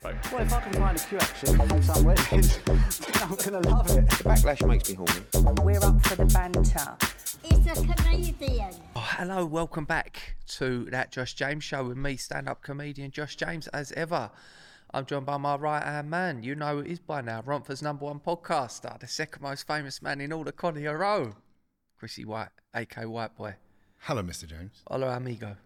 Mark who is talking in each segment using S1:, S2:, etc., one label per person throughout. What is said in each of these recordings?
S1: though.
S2: Well, if I can find a Q action from somewhere, then I'm going to love it.
S3: The backlash makes me horny.
S4: We're up for the banter.
S5: It's a comedian.
S1: Oh, hello, welcome back to that Josh James show with me, stand up comedian Josh James, as ever. I'm joined by my right hand man. You know who it is by now. Romford's number one podcaster, the second most famous man in all the Connie Row. Chrissy White, AK White Boy.
S6: Hello, Mr. Jones.
S1: Hola, amigo.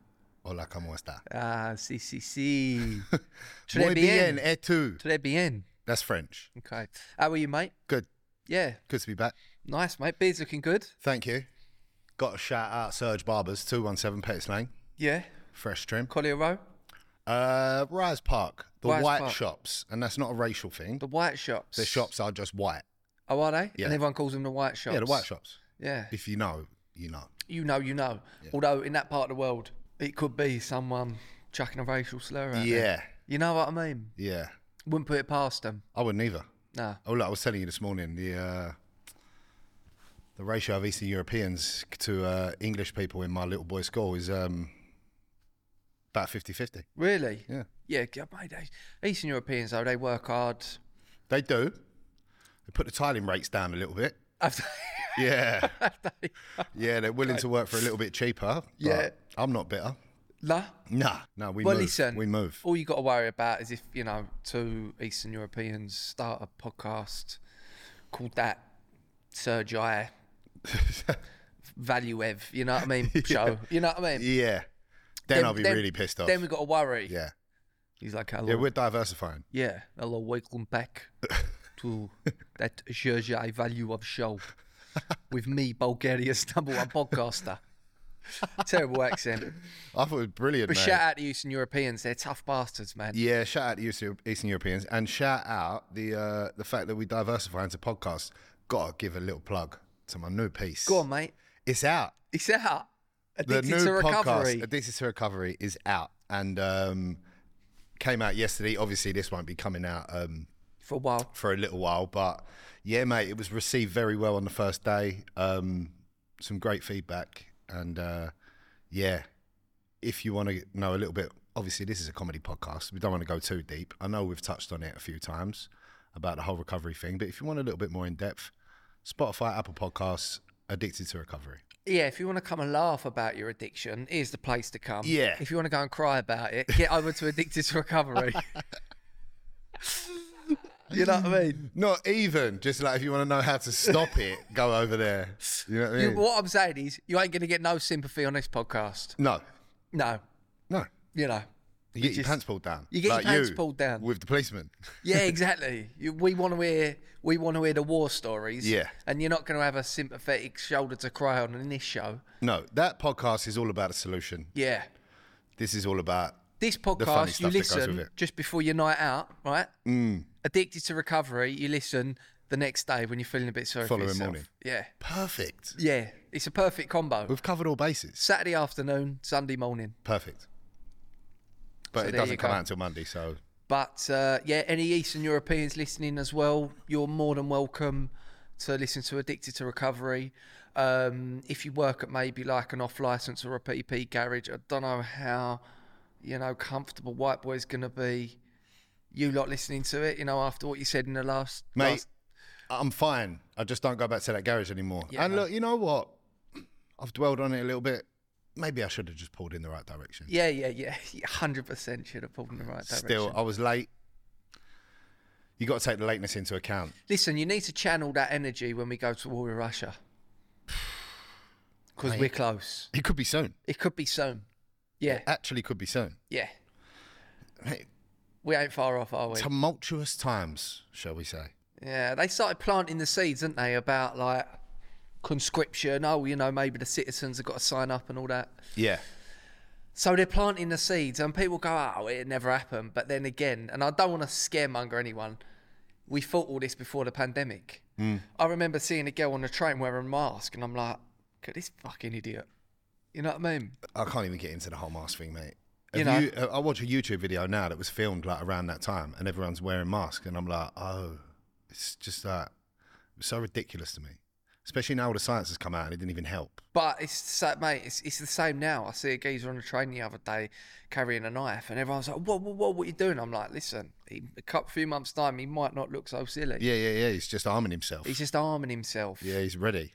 S6: Hola, ¿cómo está?
S1: Ah, si, si, si.
S6: Muy bien, eh. et tu?
S1: Très bien.
S6: That's French.
S1: Okay. How are you, mate?
S6: Good.
S1: Yeah,
S6: Good to be back.
S1: nice, mate. Beard's looking good.
S6: Thank you. Got a shout out Serge Barbers, 217 Pettis Lane,
S1: Yeah.
S6: fresh trim.
S1: Collier Row,
S6: Uh, Rise Park, the
S1: Rise
S6: white
S1: Park.
S6: shops, and that's not a racial thing.
S1: the white shops.
S6: The shops are just white.
S1: Oh, are they?
S6: Yeah.
S1: And everyone calls them the white shops.
S6: Yeah, the white shops.
S1: Yeah.
S6: If you know, you know.
S1: you know, you know. Although in that part of the world, it could be someone chucking a racial slur at them.
S6: Yeah,
S1: You know what I mean?
S6: yeah.
S1: Wouldn't put it past them.
S6: I wouldn't either.
S1: No.
S6: Oh, look, I was telling you this morning the uh, the ratio of Eastern Europeans to uh, English people in my little boy's school is um, about 50 50.
S1: Really?
S6: Yeah.
S1: Yeah, g- mate. they- Eastern Europeans though, they work hard.
S6: They do. They put the tiling rates down a little bit.
S1: Have
S6: Yeah.
S1: they-
S6: yeah, they're willing to work for a little bit cheaper. but
S1: Yeah.
S6: I'm not bitter.
S1: nah.
S6: Nah, no, we
S1: well,
S6: move.
S1: listen.
S6: we move.
S1: All you got to worry about is if you know two Eastern Europeans start a podcast called that Sergi Oh. Value Ev. You know what I mean? Show. You know what I mean?
S6: Yeah. Then, I'll be really pissed off.
S1: Then we got to worry.
S6: yeah.
S1: He's like, hello.
S6: Yeah, we're diversifying.
S1: Yeah, hello, welcome back to that Jersey Value of Show with me, Bulgaria's number one podcaster. Terrible accent.
S6: I thought it was brilliant.
S1: But
S6: mate.
S1: shout out to Eastern Europeans, they're tough bastards, man.
S6: Yeah, shout out to Eastern Eastern Europeans and shout out the uh, the fact that we diversify into podcasts. Gotta give a little plug to my new piece.
S1: Go on, mate.
S6: It's out.
S1: It's out.
S6: the
S1: Addicted
S6: new
S1: to recovery.
S6: podcast, Addicted to Recovery, is out and um, came out yesterday. Obviously, this won't be coming out um,
S1: for a while.
S6: for a little while, but yeah, mate, it was received very well on the first day. Um, some great feedback, and uh, yeah, if you want to know a little bit, obviously, this is a comedy podcast. We don't want to go too deep. I know we've touched on it a few times about the whole recovery thing, but if you want a little bit more in depth, Spotify, Apple Podcasts, Addicted to Recovery.
S1: Yeah, if you want to come and laugh about your addiction, here's the place to come.
S6: Yeah.
S1: If you want to go and cry about it, get over to Addicted to Recovery. you know what I mean?
S6: Not even just like if you want to know how to stop it, go over there. You know what I
S1: You-
S6: mean?
S1: what I'm saying is, you ain't going to get no sympathy on this podcast.
S6: no,
S1: No,
S6: no.
S1: you know.
S6: You get your
S1: just-
S6: pants pulled down.
S1: you get your
S6: like
S1: pants pulled down.
S6: with the policeman.
S1: Yeah, exactly. You- we want to hear we want to hear the war stories.
S6: Yeah.
S1: and you're not going to have a sympathetic shoulder to cry on in this show.
S6: No, that podcast is all about a solution.
S1: Yeah,
S6: This is all about
S1: this
S6: funny
S1: podcast you
S6: stuff that goes with
S1: listen
S6: it. Mm.
S1: just before your night out, right? Addicted to recovery, you listen the next day when you're feeling a bit sorry
S6: Following
S1: for yourself.
S6: morning.
S1: Yeah,
S6: perfect.
S1: yeah, it's a perfect combo.
S6: We've covered all bases.
S1: Saturday afternoon, Sunday morning.
S6: Perfect. But
S1: So
S6: it
S1: there you
S6: doesn't come
S1: go.
S6: out until Monday, so
S1: But uh, yeah, any Eastern Europeans listening as well, you're more than welcome to listen to Addicted to Recovery. Um, if you work at maybe like an off license or a PP garage, I don't know how you know comfortable White Boy's gonna be. You lot listening to it, you know, after what you said in the last,
S6: mate,
S1: last-
S6: I'm fine. I just don't go back to that garage anymore.
S1: Yeah,
S6: and
S1: no.
S6: look, you know what? I've dwelled on it a little bit. Maybe I should have just pulled in the right direction.
S1: yeah, yeah, yeah, hundred percent should have pulled in the right direction.
S6: Still, I was late. You got to take the lateness into account.
S1: Listen, you need to channel that energy when we go to war with Russia because we're close.
S6: It could be soon.
S1: It could be soon. Yeah,
S6: Actually, could be soon.
S1: yeah.
S6: Mate,
S1: We ain't far off, are we?
S6: tumultuous times, shall we say?
S1: yeah, they started planting the seeds, didn't they, about like conscription. Oh, you know, maybe the citizens have got to sign up and all that.
S6: Yeah.
S1: So they're planting the seeds, and people go, oh, it never happened. But then again, and I don't want to scaremonger anyone, we thought all this before the pandemic. I remember seeing a girl on the train wearing a mask, and I'm like, look at this fucking idiot. You know what I mean?
S6: I can't even get into the whole mask thing, mate.
S1: You
S6: Have
S1: know.
S6: you- I watch a YouTube video now that was filmed like around that time, and everyone's wearing masks, and I'm like, oh, it's just that. It's so ridiculous to me. especially now all the science has come out and it didn't even help.
S1: But it's so, mate, it's, it's the same now. I see a geezer on the train the other day carrying a knife, and everyone's like, "What, what, what, what are you doing?" I'm like, "Listen, he, a couple few months time, he might not look so silly.
S6: Yeah, yeah, yeah. He's just arming himself.
S1: He's just arming himself.
S6: yeah, he's ready,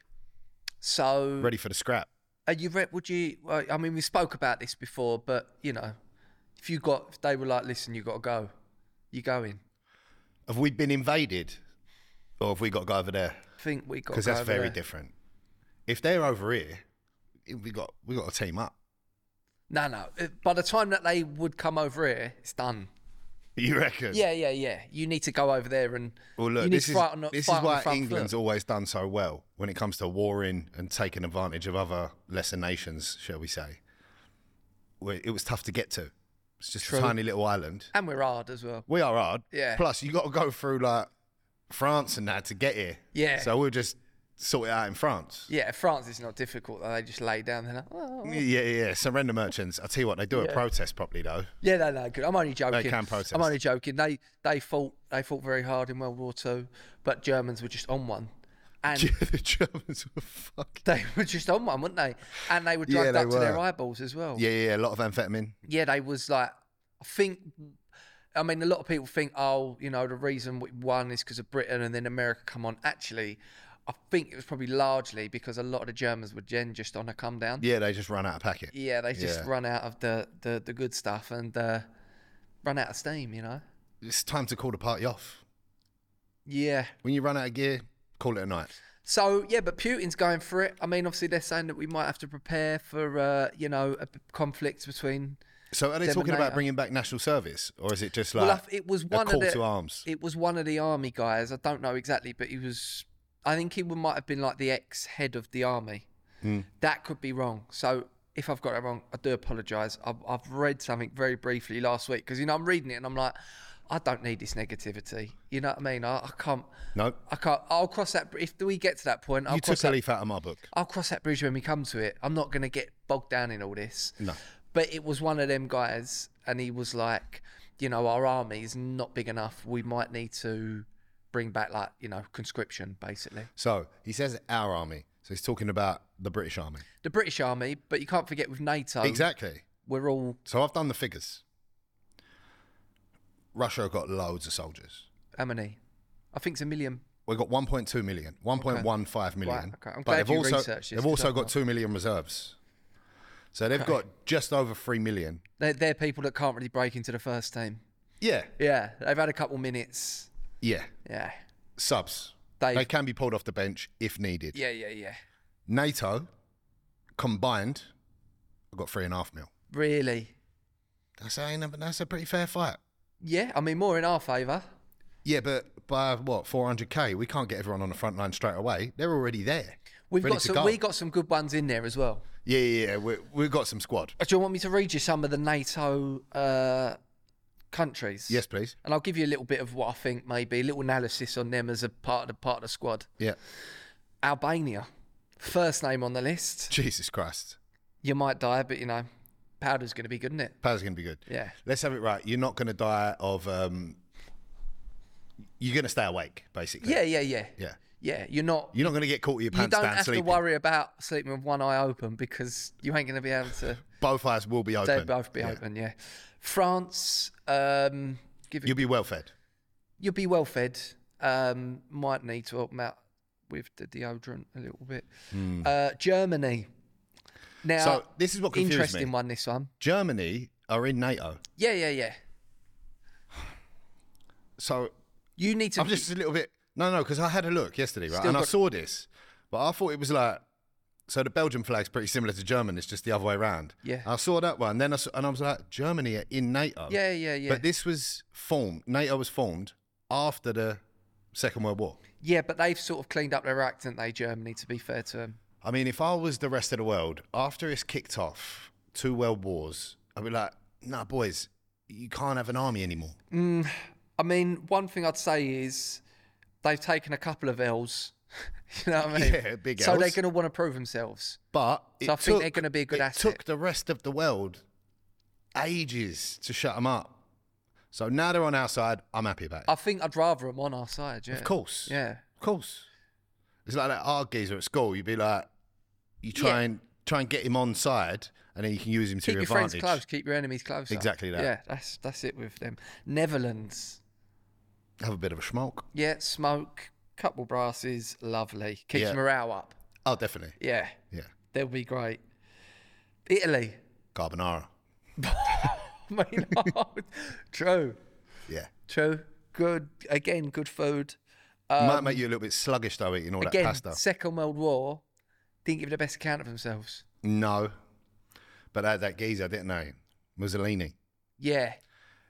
S1: So,
S6: ready for the scrap.
S1: are you re- would you? well, I mean, we spoke about this before, but you know, if you got, if they were like, "Listen, you got to go," you going.
S6: Have we been invaded, or have we got to go over there?
S1: I think we got
S6: Because
S1: to go
S6: that's
S1: over
S6: very
S1: there.
S6: different. If they're over here, we got we got to team up.
S1: No, no. uh, By the time that they would come over here, it's done.
S6: You reckon?
S1: Yeah, yeah, yeah. You need to go over there and
S6: Well, look,
S1: you need
S6: this
S1: to
S6: is
S1: fight on the,
S6: this
S1: fight
S6: is
S1: on the
S6: why
S1: front
S6: England's
S1: foot.
S6: always done so well when it comes to warring and taking advantage of other lesser nations, shall we say? Where it was tough to get to. It's just
S1: True.
S6: a tiny little island.
S1: and we're hard as well.
S6: We are hard.
S1: Yeah.
S6: Plus, you got to go through like France and that to get here.
S1: Yeah.
S6: So we'll just sort it out in France.
S1: Yeah, France is not difficult. though. They just lay down. They're like, oh.
S6: Yeah, yeah. yeah. Surrender merchants. I tell you what, they do a protest properly though.
S1: yeah, no, no, good. I'm only joking.
S6: can protest.
S1: I'm only joking. They they fought they fought very hard in World War Two, but Germans were just on one, and
S6: the Germans were fucking.
S1: they were just on one, weren't they? And they were drugged
S6: they
S1: up to their
S6: were.
S1: eyeballs as well.
S6: Yeah, yeah, yeah. A lot of amphetamine.
S1: yeah, they was like, I think, I mean, a lot of people think, oh, you know, the reason we won is because of Britain and then America come on. Actually, I think it was probably largely because a lot of the Germans were then just on a come down. Yeah,
S6: Yeah, they just run out of packet.
S1: they just
S6: Yeah.
S1: run out of the, the, the good stuff and uh, run out of steam, you know?
S6: It's time to call the party off.
S1: Yeah.
S6: When you run out of gear, call it a night.
S1: So, yeah, but Putin's going for it. I mean, obviously, they're saying that we might have to prepare for, uh, you know, a b- conflict between
S6: So are they
S1: Then
S6: talking about
S1: later.
S6: bringing back national service, or is it just like
S1: Well, I- it was one
S6: a call
S1: of the,
S6: to arms?
S1: It was one of the army guys. I don't know exactly, but he was. I think he might have been like the ex head of the army.
S6: Hmm.
S1: That could be wrong. So if I've got it wrong, I do apologise. I've, I've read something very briefly last week because you know I'm reading it and I'm like, I don't need this negativity. You know what I mean? I, I can't.
S6: no,
S1: I can't. I'll cross that. br- If we get to that point, I'll
S6: you
S1: cross
S6: took
S1: that
S6: a leaf out of my book.
S1: I'll cross that bridge when we come to it. I'm not going to get bogged down in all this.
S6: No.
S1: But it was one of them guys, and he was like, you know, our army is not big enough. We might need to bring back, like, you know, conscription, basically.
S6: So he says our army. So he's talking about the British army.
S1: The British army, but you can't forget with NATO,
S6: Exactly.
S1: we're all,
S6: So I've done the figures. Russia have got loads of soldiers.
S1: how many? I think it's a million.
S6: We've got 1.2 million, 1.15 million.
S1: Right, okay. I'm glad
S6: they've
S1: you
S6: also,
S1: researched this,
S6: They've
S1: 'cause
S6: also
S1: I'm
S6: got
S1: not.
S6: 2 million reserves. So they've got just over 3 million.
S1: They're, they're people that can't really break into the first team.
S6: Yeah,
S1: Yeah, they've had a couple minutes.
S6: yeah.
S1: Yeah.
S6: Subs.
S1: They've-
S6: They can be pulled off the bench if needed.
S1: Yeah, yeah, yeah.
S6: NATO combined, I've got three and a half mil.
S1: Really?
S6: That's a, ain't a- that's a pretty fair fight.
S1: Yeah, I mean, more in our favour.
S6: Yeah, but by what, 400k, we can't get everyone on the front line straight away. They're already there.
S1: We've
S6: ready
S1: got
S6: to
S1: some,
S6: go.
S1: we got some good ones in there as well.
S6: Yeah, yeah, yeah. We, we've got some squad.
S1: Oh, Do you want me to read you some of the NATO uh, countries?
S6: Yes, please.
S1: And I'll give you a little bit of what I think, maybe a little analysis on them as a part of the part of the squad.
S6: Yeah.
S1: Albania, first name on the list.
S6: Jesus Christ.
S1: You might die, but you know, powder's going to be good, isn't it?
S6: Power's going to be good.
S1: Yeah.
S6: Let's have it right. You're not going to die of. Um, you're going to stay awake, basically.
S1: Yeah, yeah, yeah,
S6: Yeah.
S1: yeah. You're not.
S6: You're not going to get caught with your
S1: You
S6: pants
S1: don't
S6: down
S1: have
S6: sleeping.
S1: to worry about sleeping with one eye open because you ain't going to be able to.
S6: Both eyes will be open.
S1: They'll both be
S6: Yeah.
S1: open, yeah. France, um, give it
S6: You'll be well fed.
S1: you'll be well fed. Um, might need to help 'em out with the deodorant a little bit. Uh, Germany. Now,
S6: Hmm. So, this is what confused me.
S1: interesting one. This one,
S6: Germany are in NATO.
S1: yeah, yeah, yeah.
S6: So
S1: You need to.
S6: I'm just a little bit. No, no, because I had a look yesterday, right?
S1: Still
S6: and I
S1: got-
S6: saw this, but I thought it was like. So the Belgian flag's pretty similar to German. It's just the other way around.
S1: Yeah.
S6: I saw that one. Then I saw, and I was like, Germany are in NATO.
S1: Yeah, yeah, yeah.
S6: But this was formed. NATO was formed after the Second World War.
S1: yeah, but they've sort of cleaned up their act, haven't they, Germany? To be fair to them,
S6: I mean, if I was the rest of the world, after it's kicked off two world wars, I'd be like, nah, boys, you can't have an army anymore.
S1: I mean, one thing I'd say is they've taken a couple of L's. you know what I mean?
S6: Yeah, big
S1: So they're
S6: Ls.
S1: going to want to prove themselves.
S6: But it
S1: I think they're
S6: took-
S1: gonna be a good
S6: it
S1: asset.
S6: took the rest of the world ages to shut them up. So now they're on our side. I'm happy about it.
S1: I think I'd rather them on our side. Yeah.
S6: Of course.
S1: Yeah.
S6: Of course. It's like that hard geezer at school. You'd be like, you try
S1: Yeah.
S6: and try and get him on side, and then you can use him to
S1: Keep your friends
S6: advantage.
S1: close. Keep your enemies close.
S6: Exactly that.
S1: Yeah, that's that's it with them. Netherlands.
S6: Have a bit of a smoke.
S1: Yeah, smoke, couple brasses, lovely. Keeps
S6: Yeah.
S1: morale up.
S6: Oh, definitely.
S1: Yeah,
S6: Yeah,
S1: they'll be great. Italy.
S6: carbonara.
S1: I mean, oh, true,
S6: Yeah,
S1: true. Good again. Good food.
S6: might make you a little bit sluggish though eating all
S1: Um, Again,
S6: that pasta.
S1: Second World War didn't give the best account of themselves.
S6: no, but they had that geezer, didn't they? Mussolini.
S1: Yeah,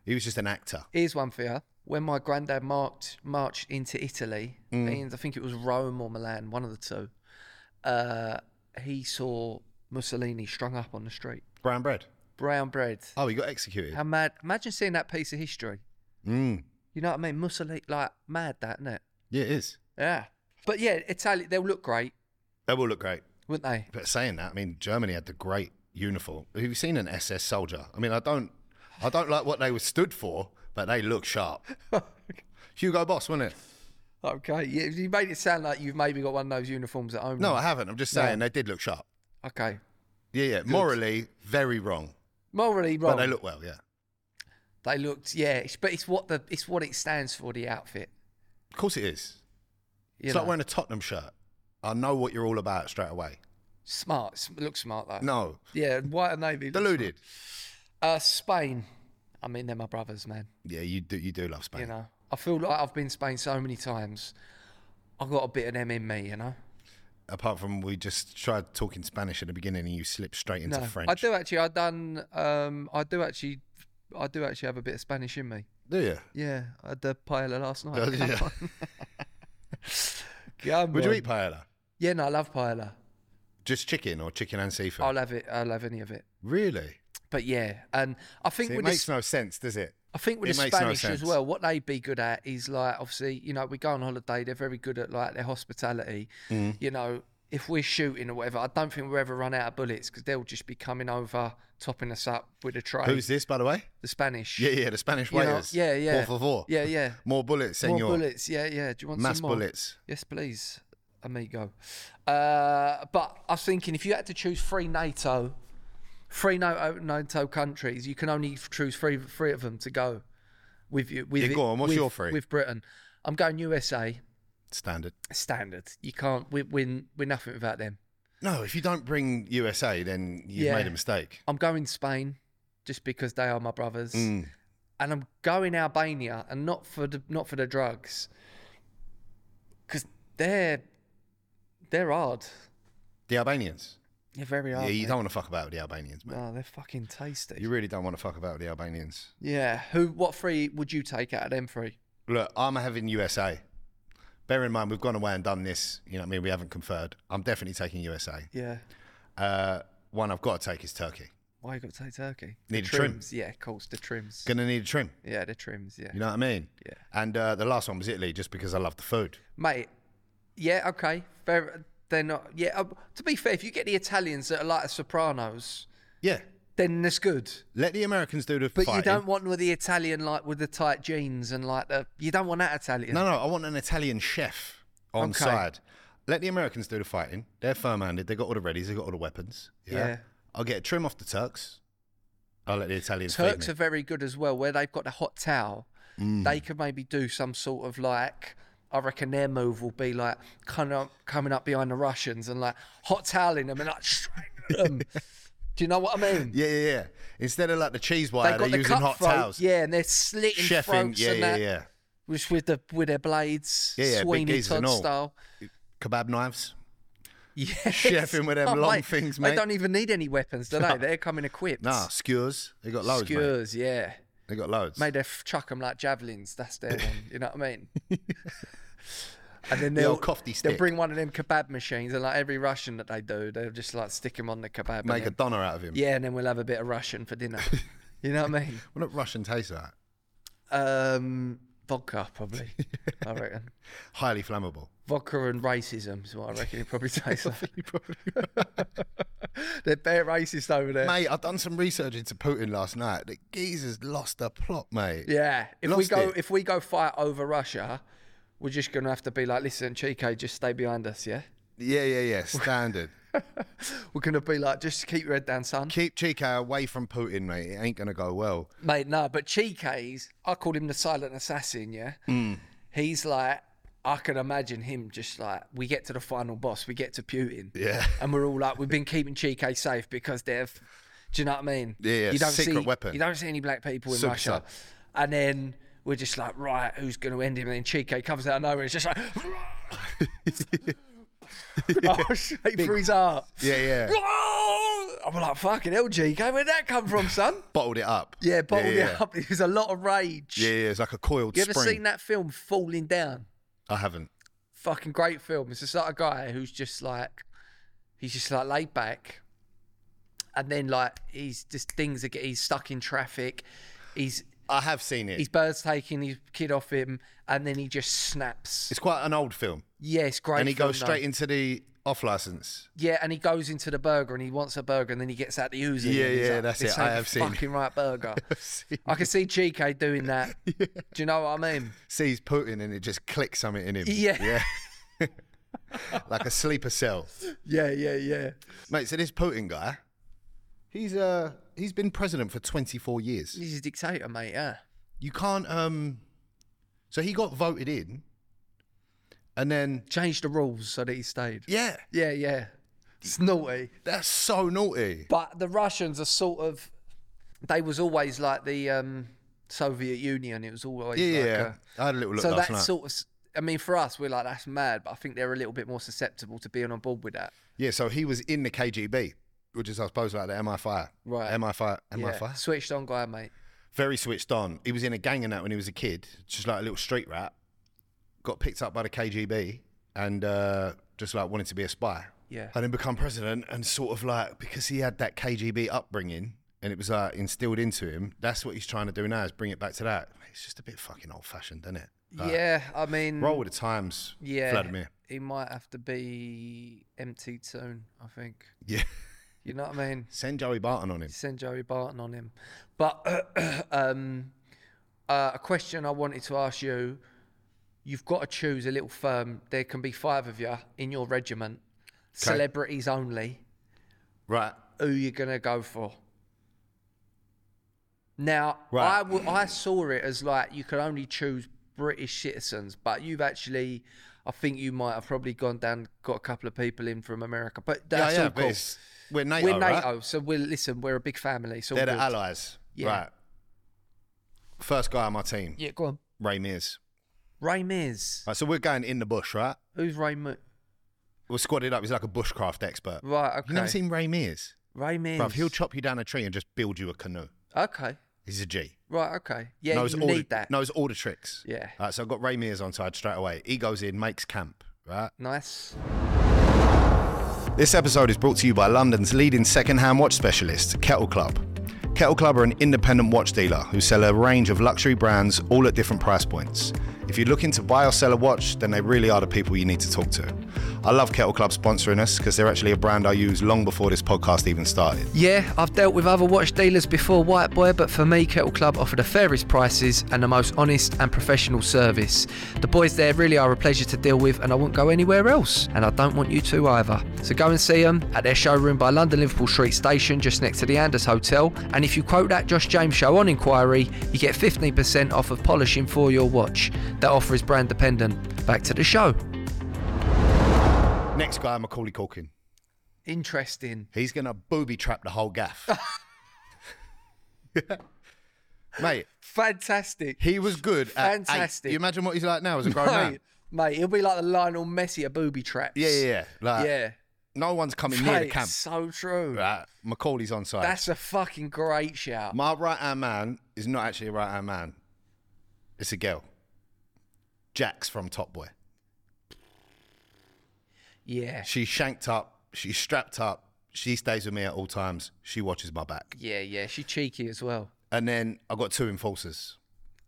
S6: He was just an actor.
S1: Here's one for you. When my granddad marked, marched into Italy, and I think it was Rome or Milan, one of the two, uh, he saw Mussolini strung up on the street.
S6: Brown bread.
S1: Brown bread.
S6: Oh, he got executed.
S1: How mad. Imagine seeing that piece of history.
S6: Mm.
S1: You know what I mean? Mussolini, like, mad that, isn't it?
S6: Yeah, it is.
S1: Yeah. But yeah, Italy, they'll look great,
S6: They will look great.
S1: wouldn't they?
S6: But saying that, I mean, Germany had the great uniform. Have you seen an SS soldier? I mean, I don't, I don't like what they were stood for, but they look sharp. Hugo Boss, wasn't it?
S1: Okay. You, you made it sound like you've maybe got one of those uniforms at home.
S6: No, I haven't. I'm just saying they did look sharp.
S1: Okay.
S6: Yeah, yeah. Morally, very wrong,
S1: Morally
S6: but
S1: wrong.
S6: they look well. Yeah,
S1: They looked, yeah. It's, but it's what the it's what it stands for, the outfit.
S6: of course it is.
S1: you
S6: it's
S1: know?
S6: like wearing a Tottenham shirt. I know what you're all about straight away.
S1: Smart. s- Look smart though.
S6: No,
S1: Yeah, white and navy. looks
S6: deluded.
S1: smart. Uh, Spain. I mean, they're my brothers, man.
S6: Yeah, you do. You do love Spain.
S1: You know, I feel like I've been Spain so many times. I got a bit of them in me, you know.
S6: Apart from we just tried talking Spanish at the beginning, and you slipped straight into
S1: No,
S6: French.
S1: I do actually. I done. Um, I do actually. I do actually have a bit of Spanish in me.
S6: Do you?
S1: Yeah, I had the paella last night.
S6: Oh, did
S1: Come
S6: you?
S1: on. Come
S6: Would you
S1: on.
S6: eat paella?
S1: Yeah, no, I love paella.
S6: Just chicken or chicken and seafood?
S1: I'll have it. I'll have any of it.
S6: Really?
S1: But yeah, and I think
S6: See, it
S1: with the
S6: makes no sense, does it?
S1: I think with
S6: It
S1: the
S6: makes no
S1: Spanish
S6: sense.
S1: as well, what they'd be good at is like obviously, you know, we go on holiday, they're very good at like their hospitality.
S6: Mm.
S1: You know, if we're shooting or whatever, I don't think we'll ever run out of bullets because they'll just be coming over, topping us up with a tray.
S6: Who's this, by the way?
S1: the Spanish?
S6: Yeah, yeah, the Spanish
S1: You know,
S6: waiters.
S1: yeah, yeah,
S6: Por favor.
S1: yeah, yeah.
S6: More bullets, senor.
S1: More bullets, yeah, yeah. Do you want
S6: Mass
S1: some more?
S6: bullets.
S1: Yes, please, amigo. Uh, but I was thinking, if you had to choose three NATO, three NATO, NATO countries, you can only f- choose three three of them to go with you. With
S6: Yeah, go
S1: it-
S6: on, what's
S1: with-
S6: your three?
S1: With Britain, I'm going USA.
S6: Standard.
S1: Standard. You can't. We, we're we're nothing without them.
S6: No, if you don't bring USA, then you've
S1: Yeah.
S6: made a mistake.
S1: I'm going Spain, just because they are my brothers,
S6: Mm.
S1: and I'm going Albania, and not for the not for the drugs, because they're they're hard.
S6: The Albanians.
S1: They're very hard.
S6: Yeah, you
S1: mate.
S6: don't want to fuck about with the Albanians, man.
S1: No, Oh, they're fucking tasty.
S6: You really don't want to fuck about with the Albanians.
S1: Yeah. Who? What three would you take out of them three?
S6: Look, I'm having USA. Bear in mind, we've gone away and done this. You know what I mean? We haven't conferred. I'm definitely taking USA.
S1: Yeah.
S6: Uh, one I've got to take is Turkey.
S1: Why you got to take turkey?
S6: Need
S1: the
S6: a trim.
S1: trims. Yeah, of course the trims.
S6: Gonna need a trim.
S1: Yeah, the trims. Yeah.
S6: You know what I mean?
S1: Yeah.
S6: And uh, the last one was Italy, just because I love the food.
S1: Mate. Yeah. Okay. Fair. They're not. Yeah. Uh, to be fair, if you get the Italians that are like the Sopranos,
S6: Yeah.
S1: then that's good.
S6: Let the Americans do the
S1: But
S6: fighting.
S1: you don't want with the Italian like with the tight jeans and like the. You don't want that Italian.
S6: No, no, I want an Italian chef on
S1: Okay.
S6: side. Let the Americans do the fighting. They're firm-handed. They got all the readies. They got all the weapons. Yeah.
S1: Yeah.
S6: I'll get a trim off the Turks. I'll let the Italians. feed
S1: Turks
S6: me.
S1: are very good as well, where they've got the hot towel.
S6: Mm.
S1: They could maybe do some sort of like, I reckon their move will be like kind of coming up behind the Russians and like hot toweling them and like strangling them. Do you know what I mean?
S6: Yeah, yeah, yeah. Instead of like the cheese
S1: They've
S6: wire, they're
S1: got the
S6: using
S1: cut
S6: hot
S1: throat,
S6: towels.
S1: yeah, and they're slitting
S6: Chefing.
S1: throats
S6: Yeah,
S1: and
S6: yeah,
S1: that,
S6: yeah.
S1: which with the with their blades,
S6: Yeah, yeah, big
S1: Sweeney
S6: geezers and
S1: Todd
S6: all.
S1: style.
S6: Kebab knives.
S1: Yes. Oh,
S6: Chefing with them long things, mate.
S1: They don't even need any weapons, do they? They're coming equipped.
S6: Nah, skewers. They got loads, mate.
S1: skewers, yeah.
S6: They got loads.
S1: Made her chuck them like javelins. That's their one. You know what I mean? and then
S6: The
S1: they'll,
S6: old kofty
S1: they'll
S6: stick.
S1: bring one of them kebab machines, and like every Russian that they do, they'll just like stick him on the kebab. and
S6: Make a
S1: then-
S6: doner out of him.
S1: yeah, and then we'll have a bit of Russian for dinner. you know what I mean?
S6: What do Russian taste like?
S1: Um, vodka, probably. I reckon.
S6: Highly flammable.
S1: Vodka and racism is what I reckon it probably tastes like. They're bare racist over there.
S6: Mate, I've done some research into Putin last night. The geezer's lost the plot, mate.
S1: Yeah, if we
S6: Lost
S1: go
S6: it.
S1: if we go fight over Russia, we're just going to have to be like, listen, Chico, just stay behind us, yeah?
S6: Yeah, yeah, yeah. Standard.
S1: We're going to be like, just keep your head down, son.
S6: Keep Chico away from Putin, mate. It ain't gonna go well.
S1: Mate, no, but Chiques, I call him the silent assassin, yeah? He's like, I can imagine him just like, we get to the final boss, we get to Putin.
S6: Yeah.
S1: And we're all like, we've been keeping Chique safe because they've, do you know what I mean?
S6: Yeah, yeah,
S1: You don't
S6: secret
S1: see,
S6: weapon.
S1: You don't see any black people in
S6: Super
S1: Russia.
S6: sub.
S1: And then we're just like, right, who's going to end him? And then Chique comes out of nowhere, it's just like, oh, straight through his heart.
S6: Yeah, yeah.
S1: I'm like, fucking hell, GK, where'd that come from, son?
S6: Bottled it up.
S1: Yeah, bottled
S6: yeah.
S1: it up. It was a lot of rage.
S6: Yeah, yeah. It's like a coiled
S1: You ever
S6: spring.
S1: seen that film Falling Down?
S6: I haven't.
S1: Fucking great film. It's just like a guy who's just like he's just like laid back. And then like he's just things that get he's stuck in traffic. He's
S6: I have seen it.
S1: his bird's taking his kid off him and then he just snaps.
S6: It's quite an old film,
S1: Yeah, it's great.
S6: and he
S1: film,
S6: goes
S1: though.
S6: straight into the off license.
S1: Yeah, and he goes into the burger and he wants a burger and then he gets out the Uzi. and
S6: Yeah,
S1: he's
S6: yeah,
S1: like,
S6: that's
S1: "This
S6: it. I
S1: ain't the
S6: have seen it."
S1: Fucking right burger.
S6: seen
S1: I can see GK doing that. Do you know what I mean?
S6: Sees Putin, and it just clicks something in him.
S1: Yeah.
S6: Yeah. like a sleeper cell,
S1: Yeah, yeah, yeah.
S6: mate. So this Putin guy, he's uh he's been president for 24 years.
S1: He's a dictator, mate. Yeah.
S6: You can't um. So he got voted in, and then
S1: Changed the rules so that he stayed.
S6: yeah,
S1: Yeah, yeah. It's naughty.
S6: that's so naughty.
S1: But the Russians are sort of they was always like the um, Soviet Union. It was always
S6: Yeah,
S1: like
S6: yeah. I had a little
S1: a,
S6: look
S1: so
S6: last
S1: that's
S6: night.
S1: sort of I mean for us we're like that's mad, but I think they're a little bit more susceptible to being on board with that.
S6: yeah, so he was in the KGB, which is I suppose like the MI5.
S1: Right.
S6: MI5.
S1: Yeah.
S6: MI5.
S1: Switched on guy, mate.
S6: very switched on. He was in a gang and that when he was a kid, just like a little street rat. Got picked up by the KGB and uh, just like wanted to be a spy.
S1: Yeah.
S6: And then become president and sort of like because he had that KGB upbringing and it was like instilled into him. That's what he's trying to do now is bring it back to that. It's just a bit fucking old fashioned, isn't it? Like,
S1: yeah, I mean
S6: Roll with the times,
S1: Mm. yeah,
S6: Vladimir.
S1: He might have to be emptied soon, I think.
S6: Yeah.
S1: You know what I mean?
S6: Send Joey Barton on him.
S1: send Joey Barton on him. But um, uh, a question I wanted to ask you: You've got to choose a little firm. There can be five of you in your regiment, celebrities only.
S6: Right.
S1: Who you gonna go for? Now,
S6: Right.
S1: I w- I saw it as like you could only choose British citizens, but you've actually, I think you might have probably gone down, got a couple of people in from America, but that's all
S6: but
S1: cool.
S6: it's- We're NATO.
S1: We're
S6: right?
S1: NATO, so we're listen. We're a big family, so
S6: They're the
S1: good.
S6: allies.
S1: Yeah.
S6: Right. First guy on my team,
S1: Yeah, go on.
S6: Ray Mears.
S1: Ray Mears.
S6: Right, so we're going in the bush, right?
S1: Who's Ray Mears?
S6: We're squadded up. He's like a bushcraft expert.
S1: Right, okay.
S6: You never seen Ray Mears?
S1: Ray Mears.
S6: Bruv, he'll chop you down a tree and just build you a canoe.
S1: okay.
S6: He's a G.
S1: Right, okay. Yeah,
S6: knows
S1: you
S6: all
S1: need
S6: the,
S1: that.
S6: Knows all the tricks.
S1: Yeah.
S6: Right, so I've got Ray Mears on side straight away. He goes in, makes camp, right?
S1: Nice.
S6: This episode is brought to you by London's leading second-hand watch specialist, Kettle Club. Kettle Club are an independent watch dealer who sell a range of luxury brands all at different price points. If you're looking to buy or sell a watch, then they really are the people you need to talk to. I love Kettle Club sponsoring us because they're actually a brand I used long before this podcast even started.
S1: Yeah, I've dealt with other watch dealers before White Boy, but for me, Kettle Club offer the fairest prices and the most honest and professional service. The boys there really are a pleasure to deal with, and I won't go anywhere else. And I don't want you to either. So go and see them at their showroom by London Liverpool Street Station, just next to the Anders Hotel. And if you quote that Josh James show on inquiry, you get 15% off of polishing for your watch. That offer is brand dependent. Back to the show.
S6: Next guy, Macaulay Culkin.
S1: Interesting.
S6: He's gonna booby trap the whole gaff. Mate,
S1: Fantastic.
S6: he was good at eight.
S1: Fantastic.
S6: You imagine what he's like now as a grown man?
S1: mate, mate, he'll be like the Lionel Messi of booby traps.
S6: Yeah, yeah, yeah. Like,
S1: yeah.
S6: No one's coming near the
S1: Mate,
S6: camp.
S1: so true.
S6: Right, Macaulay's on side.
S1: That's a fucking great shout.
S6: My right hand man is not actually a right hand man. It's a girl. Jack's from Top Boy.
S1: yeah,
S6: She's shanked up. She's strapped up. She stays with me at all times. She watches my back.
S1: yeah, yeah. She cheeky as well.
S6: And then I got two enforcers.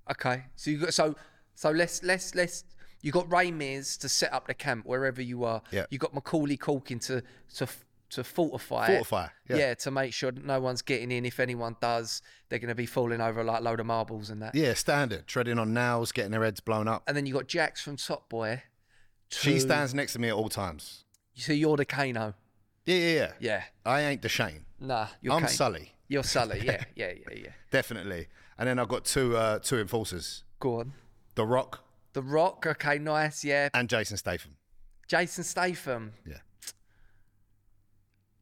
S1: Okay, so you got so so let's let's let's you got Ray Mears to set up the camp wherever you are.
S6: Yeah.
S1: You got Macaulay Culkin to to f- to fortify it.
S6: Fortify, yeah.
S1: to make sure that no one's getting in. If anyone does, they're going to be falling over like a load of marbles and that.
S6: Yeah, standard. Treading on nails, getting their heads blown up.
S1: And then you got Jax from Top Boy.
S6: She
S1: to-
S6: stands next to me at all times.
S1: So you're the Kano.
S6: Yeah, yeah, yeah.
S1: Yeah.
S6: I ain't the Shane.
S1: Nah, you're
S6: I'm
S1: Kano.
S6: Sully,
S1: You're Sully. Yeah, yeah, yeah, yeah.
S6: definitely. And then I've got two uh, two enforcers,
S1: Go on.
S6: The Rock
S1: The Rock. Okay, nice. Yeah.
S6: and Jason Statham.
S1: Jason Statham.
S6: Yeah,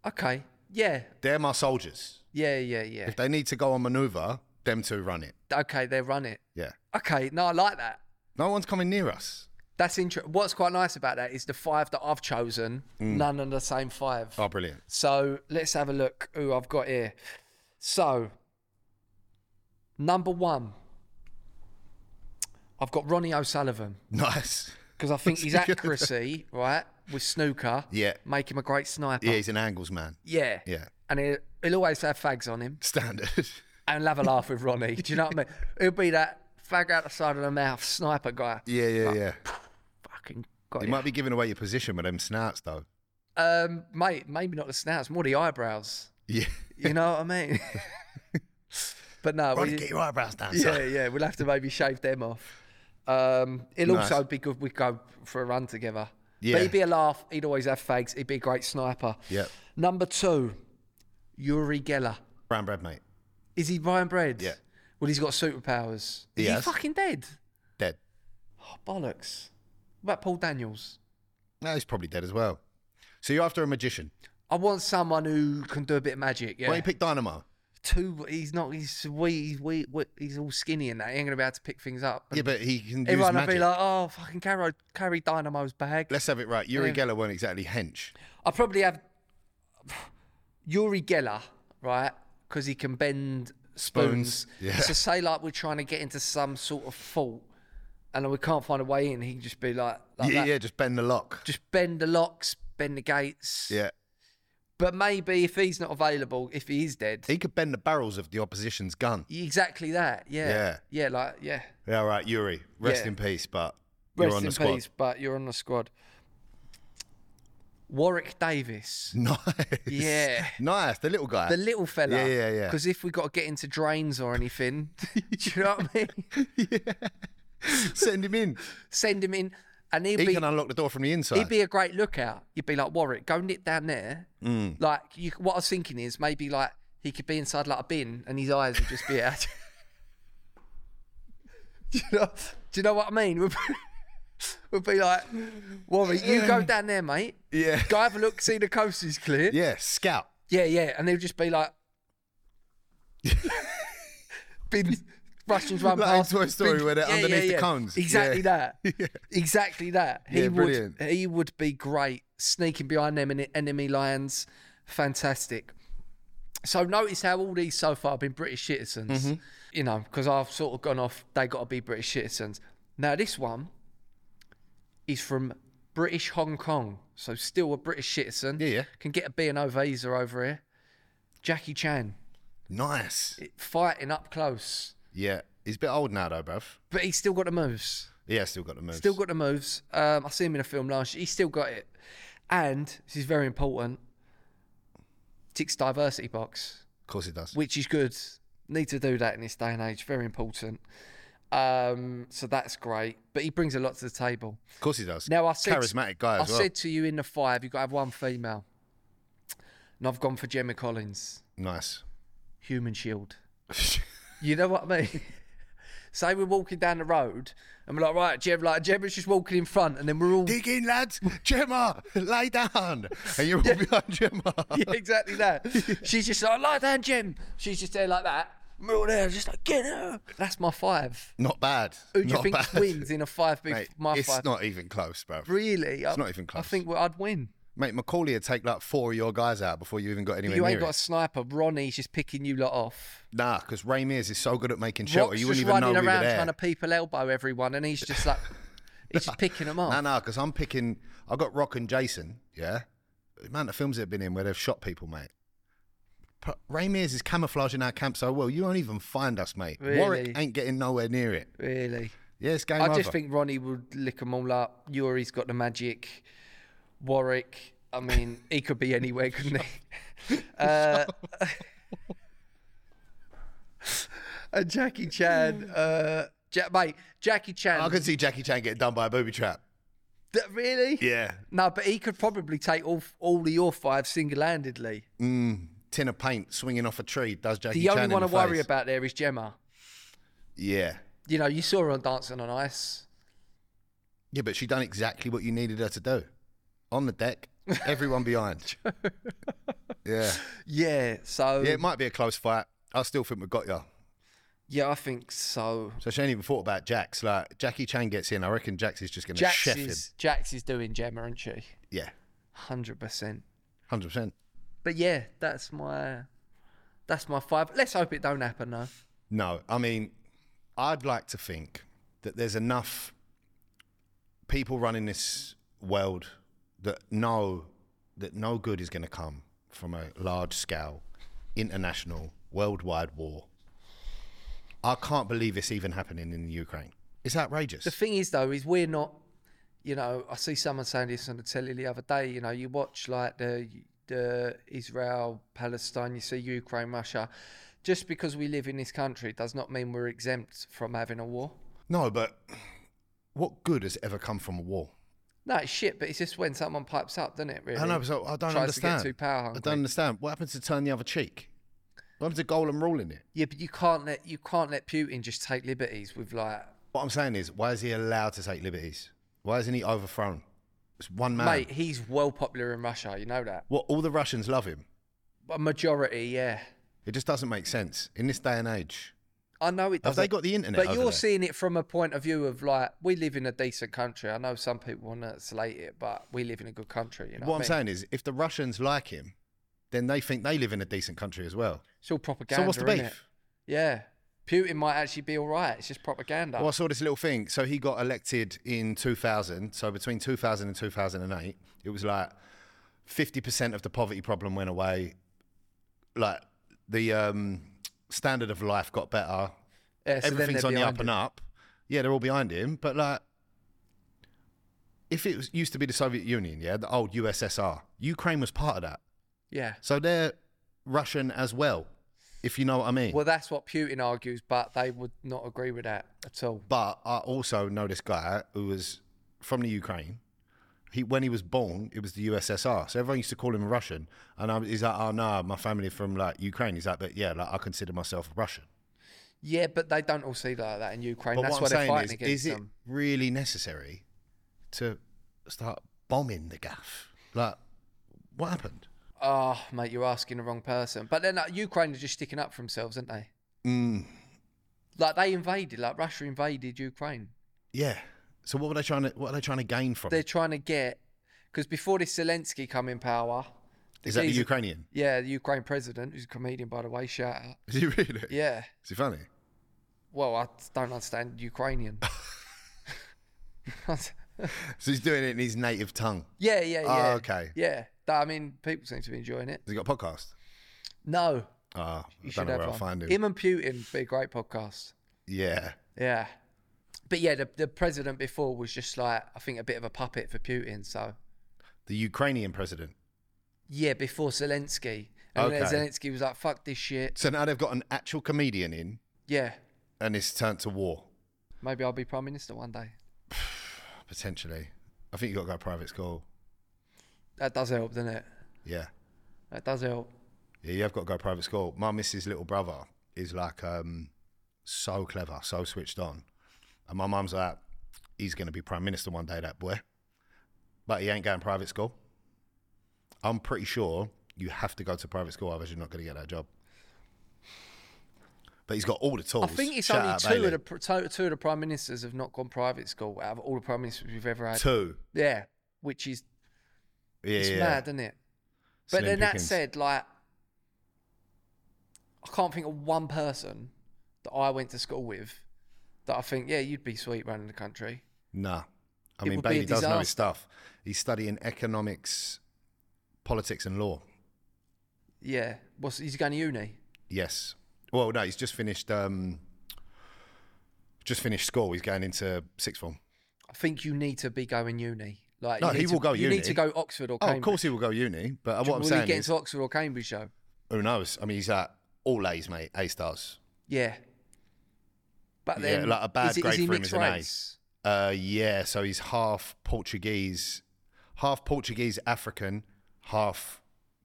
S1: Okay. Yeah.
S6: they're my soldiers.
S1: Yeah, yeah, yeah.
S6: If they need to go on maneuver, them two run it.
S1: Okay, they run it.
S6: Yeah,
S1: Okay, no, I like that.
S6: no one's coming near us.
S1: That's interesting. What's quite nice about that is the five that I've chosen, none are the same five.
S6: Mm. Oh, brilliant.
S1: So let's have a look who I've got here. So, number one, I've got Ronnie O'Sullivan
S6: Nice.
S1: because I think his accuracy, right, with snooker,
S6: Yeah.
S1: make him a great sniper.
S6: Yeah, he's an angles man.
S1: yeah.
S6: Yeah,
S1: And he'll, he'll always have fags on him
S6: standard.
S1: and have a laugh with Ronnie. Do you know what I mean? He'll be that fag out the side of the mouth sniper guy.
S6: yeah, yeah, yeah.
S1: Fucking got
S6: You
S1: it.
S6: might be giving away your position with them snouts though.
S1: Um, mate, maybe not the snouts, more the eyebrows.
S6: Yeah.
S1: You know what I mean? but no,
S6: Ronnie,
S1: we-
S6: get your eyebrows down.
S1: yeah,
S6: son.
S1: yeah, we'll have to maybe shave them off. Um, it'll
S6: Nice.
S1: also be good. We go for a run together.
S6: Yeah.
S1: But he'd be a laugh. He'd always have fags. He'd be a great sniper.
S6: Yep.
S1: Number two, Yuri Geller.
S6: Brown bread, mate.
S1: Is he Ryan Bread?
S6: Yeah.
S1: Well, he's got superpowers.
S6: He
S1: Is he
S6: has.
S1: fucking dead?
S6: Dead.
S1: Oh, bollocks. What about Paul Daniels?
S6: No, he's probably dead as well. So you're after a magician.
S1: I want someone who can do a bit of magic. Yeah.
S6: Why don't you pick Dynamo?
S1: too. He's not. He's wee. He's wee. wee- He's all skinny and that. He ain't gonna be able to pick things up.
S6: Yeah, but he can do his
S1: everyone will
S6: magic.
S1: be like, "Oh, fucking carry, carry Dynamo's bag."
S6: Let's have it right. Yuri Geller weren't exactly hench.
S1: I'll probably have Yuri Geller, right? Because he can bend spoons.
S6: Spoons, yeah.
S1: So say like we're trying to get into some sort of fault, and we can't find a way in. He can just be like, like
S6: yeah,
S1: that.
S6: yeah, just bend the lock.
S1: Just bend the locks, bend the gates.
S6: Yeah.
S1: But maybe if he's not available, if he is dead,
S6: He could bend the barrels of the opposition's gun.
S1: exactly that. Yeah. Yeah. Like yeah.
S6: Yeah, all right, Yuri. Rest
S1: Yeah.
S6: in peace, but you're
S1: Rest
S6: on the
S1: in
S6: squad.
S1: peace, but you're on the squad. Warwick Davis,
S6: Nice.
S1: Yeah.
S6: Nice. The little guy.
S1: the little fella.
S6: Yeah, yeah, yeah.
S1: Because if we got to get into drains or anything, do you know what I mean?
S6: Send him in.
S1: Send him in, and he'd
S6: He
S1: be
S6: can unlock the door from the inside.
S1: he'd be a great lookout. You'd be like Warwick, go nip down there.
S6: Mm.
S1: Like you, what I was thinking is maybe like he could be inside like a bin, and his eyes would just be out. do you know? Do you know what I mean? We'd be, we'd be like Warwick, you go down there, mate.
S6: yeah.
S1: Go have a look, see the coast is clear.
S6: Yeah, scout.
S1: Yeah, yeah, and they'll just be like, bin, Russians run
S6: Like in
S1: past.
S6: Toy Story
S1: bin-
S6: where they're underneath the cones.
S1: Exactly
S6: Yeah.
S1: that. Exactly that. He
S6: Yeah,
S1: would.
S6: brilliant.
S1: He would be great sneaking behind them in enemy lines. Fantastic. So notice how all these so far have been British citizens,
S6: Mm-hmm.
S1: you know, because I've sort of gone off. They got to be British citizens. Now this one is from British Hong Kong, so still a British citizen.
S6: Yeah, yeah.
S1: Can get a B&O visa over here. Jackie Chan
S6: Nice.
S1: fighting up close,
S6: Yeah. He's a bit old now though, bruv.
S1: but he's still got the moves.
S6: Yeah, still got the moves.
S1: Still got the moves. Um, I see him in a film last year. He's still got it. And this is very important. Ticks diversity box,
S6: Of course he does.
S1: which is good. Need to do that in this day and age. Very important. Um, so that's great. But he brings a lot to the table.
S6: Of course he does.
S1: Now I said
S6: charismatic guy
S1: I
S6: as well.
S1: said to you in the five, you've got to have one female. And I've gone for Gemma Collins,
S6: nice.
S1: Human Shield. You know what I mean? Say we're walking down the road and we're like, right, Gemma, like Gemma's just walking in front, and then we're all
S6: Dig in, lads. Gemma, lay down. And you're all behind Gemma.
S1: yeah, exactly that. She's just like, lie down, Jim. She's just there like that. We're all there, just like, get her. That's my five.
S6: Not bad.
S1: Who do
S6: not
S1: you think
S6: bad.
S1: wins in a five big
S6: Mate,
S1: my
S6: it's
S1: five?
S6: not even close, bruv.
S1: really. It's
S6: not even
S1: I
S6: close.
S1: think well, I'd win.
S6: Mate, Macaulay would take like four of your guys out before you even got anywhere
S1: you
S6: near
S1: ain't got a
S6: it.
S1: sniper. Ronnie's just picking you lot off.
S6: Nah, because Ray Mears is so good at making shelter,
S1: Rock's
S6: you
S1: just
S6: wouldn't even know
S1: running
S6: we were
S1: around
S6: there.
S1: trying to people elbow everyone, and he's just like, he's just picking them off.
S6: No, no, because I'm picking. I got Rock and Jason. Yeah, the amount of films they've been in where they've shot people, mate. P- Ray Mears is camouflaging our camp so well. You won't even find us, mate.
S1: Really?
S6: Warwick ain't getting nowhere near it.
S1: Really.
S6: Yeah, it's game
S1: I
S6: over.
S1: just think Ronnie would lick them all up. Yuri's got the magic. Warwick, I mean, he could be anywhere, couldn't he? Uh, and Jackie Chan, uh, ja- mate, Jackie Chan.
S6: I could see Jackie Chan getting done by a booby trap.
S1: Th- really?
S6: Yeah.
S1: No, but he could probably take all all of your five single-handedly.
S6: Tin of paint swinging off a tree does Jackie
S1: The
S6: Chan
S1: only
S6: in
S1: one I
S6: the
S1: worry
S6: face.
S1: about there is Gemma.
S6: Yeah.
S1: You know, you saw her on Dancing on Ice.
S6: Yeah, but she done exactly what you needed her to do. On the deck, everyone behind. yeah.
S1: Yeah, so
S6: Yeah,
S1: yeah,
S6: it might be a close fight. I still think we got you.
S1: I think so.
S6: So she ain't even thought about Jax. Like Jackie Chan gets in, I reckon Jax is just going to
S1: Jax
S6: chef him.
S1: is Jax is doing Gemma, isn't she?
S6: Yeah,
S1: Hundred percent.
S6: hundred percent.
S1: But yeah, that's my that's my five. Let's hope it don't happen though.
S6: No, I mean, I'd like to think that there's enough people running this world that know that no good is going to come from a large scale, international, worldwide war. I can't believe it's even happening in the Ukraine. It's outrageous.
S1: The thing is though, is we're not. You know, I see someone saying this on the telly the other day. You know, you watch like the the Israel Palestine, you see Ukraine Russia. Just because we live in this country does not mean we're exempt from having a war.
S6: no, but what good has ever come from a war?
S1: No, it's shit, but it's just when someone pipes up, doesn't it? Really?
S6: I know, so I don't
S1: Tries to get
S6: understand.
S1: too power
S6: I
S1: hungry.
S6: don't understand. What happens to turn the other cheek? What happens to Golem ruling it?
S1: Yeah, but you can't let you can't let Putin just take liberties with like,
S6: What I'm saying is, why is he allowed to take liberties? Why isn't he overthrown? It's one man.
S1: mate. He's well popular in Russia. You know that.
S6: What all the Russians love him.
S1: A majority, yeah.
S6: It just doesn't make sense in this day and age.
S1: I know it.
S6: Have they
S1: doesn't-
S6: got the internet
S1: But
S6: over
S1: you're
S6: there?
S1: seeing it from a point of view of like, we live in a decent country. I know some people want to slate it, but we live in a good country. You know
S6: what
S1: what,
S6: I'm
S1: I mean?
S6: saying is, if the Russians like him, then they think they live in a decent country as well.
S1: It's all propaganda.
S6: so what's the
S1: innit?
S6: beef?
S1: Yeah, Putin might actually be all right. It's just propaganda.
S6: Well, I saw this little thing. So he got elected in 2000. So between 2000 and 2008, it was like 50% of the poverty problem went away. Like the um, standard of life got better.
S1: Yeah, so then
S6: Everything's
S1: they're
S6: on the
S1: behind
S6: up and
S1: it.
S6: up. Yeah, they're all behind him. But like, if it was, used to be the Soviet Union, yeah, the old USSR, Ukraine was part of that.
S1: Yeah.
S6: So they're Russian as well, if you know what I mean.
S1: Well, that's what Putin argues, but they would not agree with that at all.
S6: But I also know this guy who was from the Ukraine. He when he was born, it was the USSR, so everyone used to call him Russian. And I, was- he's like, "Oh no, my family from like Ukraine." He's like, "But yeah, like I consider myself Russian."
S1: Yeah, but they don't all see like that in Ukraine.
S6: But
S1: That's
S6: what
S1: why
S6: I'm
S1: they're
S6: saying
S1: fighting
S6: is,
S1: against
S6: is it
S1: them.
S6: really necessary to start bombing the gaff? Like, what happened?
S1: Oh, mate, you're asking the wrong person. But then uh, Ukraine are just sticking up for themselves, aren't they?
S6: Mm.
S1: Like they invaded, like Russia invaded Ukraine.
S6: Yeah. So what were they trying to? What are they trying to gain from?
S1: They're
S6: it?
S1: trying to get because before this Zelensky come in power,
S6: Is that the
S1: geezer-
S6: Ukrainian?
S1: yeah, the Ukraine president, who's a comedian by the way, shout out.
S6: Is he really?
S1: Yeah.
S6: Is he funny?
S1: Well, I don't understand Ukrainian.
S6: So he's doing it in his native tongue.
S1: yeah, yeah, yeah.
S6: Oh, okay.
S1: Yeah. Th- I mean, people seem to be enjoying it.
S6: Has he got a podcast?
S1: No,
S6: Ah, I
S1: you
S6: don't
S1: should
S6: know
S1: have
S6: where I'll
S1: one.
S6: find him.
S1: him and Putin be a great podcast.
S6: Yeah.
S1: Yeah. But yeah, the, the president before was just like, I think, a bit of a puppet for Putin. So,
S6: The Ukrainian president.
S1: yeah, before Zelensky. And then
S6: Okay.
S1: Zelensky was like, fuck this shit.
S6: So now they've got an actual comedian in
S1: Yeah,
S6: and it's turned to war,
S1: maybe I'll be prime minister one day.
S6: potentially. I think you've got to go to private school.
S1: That does help, doesn't it?
S6: Yeah.
S1: That does help.
S6: Yeah, you have got to go to private school. My missus' little brother is like um, so clever, so switched on. And my mum's like, he's going to be prime minister one day, that boy. But he ain't going private school. I'm pretty sure you have to go to private school, otherwise you're not going to get that job. But he's got all the tools.
S1: I think it's
S6: Oh, Shout
S1: only
S6: out,
S1: two
S6: Bailey.
S1: of the pr- two, two of the prime ministers have not gone private school out of all the prime ministers we've ever had.
S6: two.
S1: Yeah, which is
S6: Yeah,
S1: it's
S6: yeah.
S1: mad, isn't it? But
S6: Slim
S1: then that
S6: pickings.
S1: said, like, I can't think of one person that I went to school with that I think, yeah, you'd be sweet running the country.
S6: Nah. I
S1: It
S6: mean,
S1: would be a
S6: Bailey does know his
S1: disaster.
S6: stuff. He's studying economics, politics, and law.
S1: Yeah, what's he's going to uni?
S6: Yes. Well, no, he's just finished. Um, just finished school. He's going into sixth form.
S1: I think you need to be going uni. Like,
S6: No,
S1: you need
S6: he will
S1: to,
S6: go
S1: You need
S6: uni.
S1: to go Oxford or
S6: Oh,
S1: Cambridge.
S6: of course he will go uni, but what I'm
S1: will
S6: saying
S1: he get
S6: is,
S1: into Oxford or Cambridge though?
S6: who knows? I mean, he's at all A's, mate, A stars.
S1: Yeah. But
S6: Yeah,
S1: then,
S6: like a bad
S1: is it-
S6: grade
S1: he
S6: for him
S1: mixed
S6: is an A.
S1: race?
S6: Uh, yeah, so he's half Portuguese, half Portuguese African, half